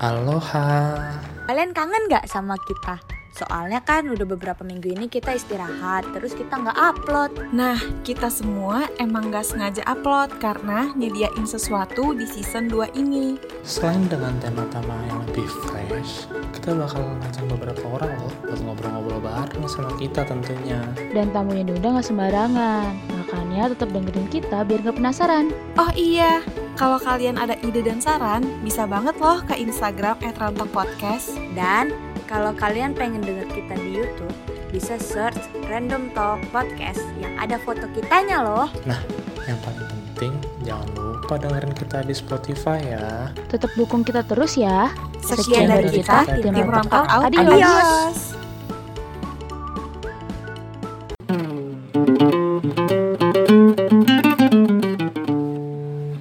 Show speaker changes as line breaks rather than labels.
Aloha.
Kalian kangen gak sama kita? Soalnya kan udah beberapa minggu ini kita istirahat, terus kita nggak upload.
Nah, kita semua emang gak sengaja upload karena nyediain sesuatu di season 2 ini.
Selain dengan tema-tema yang lebih fresh, kita bakal ngajak beberapa orang loh buat ngobrol-ngobrol bareng sama kita tentunya.
Dan tamunya diundang gak sembarangan. Makanya tetap dengerin kita biar gak penasaran.
Oh iya, kalau kalian ada ide dan saran, bisa banget loh ke Instagram @rantokpodcast.
Dan kalau kalian pengen denger kita di YouTube, bisa search Random Talk Podcast yang ada foto kitanya loh.
Yang paling penting, jangan lupa dengerin kita di Spotify ya.
Tetap dukung kita terus ya.
Sekian dari kita, tim Rontok Out.
Adios.
Adios.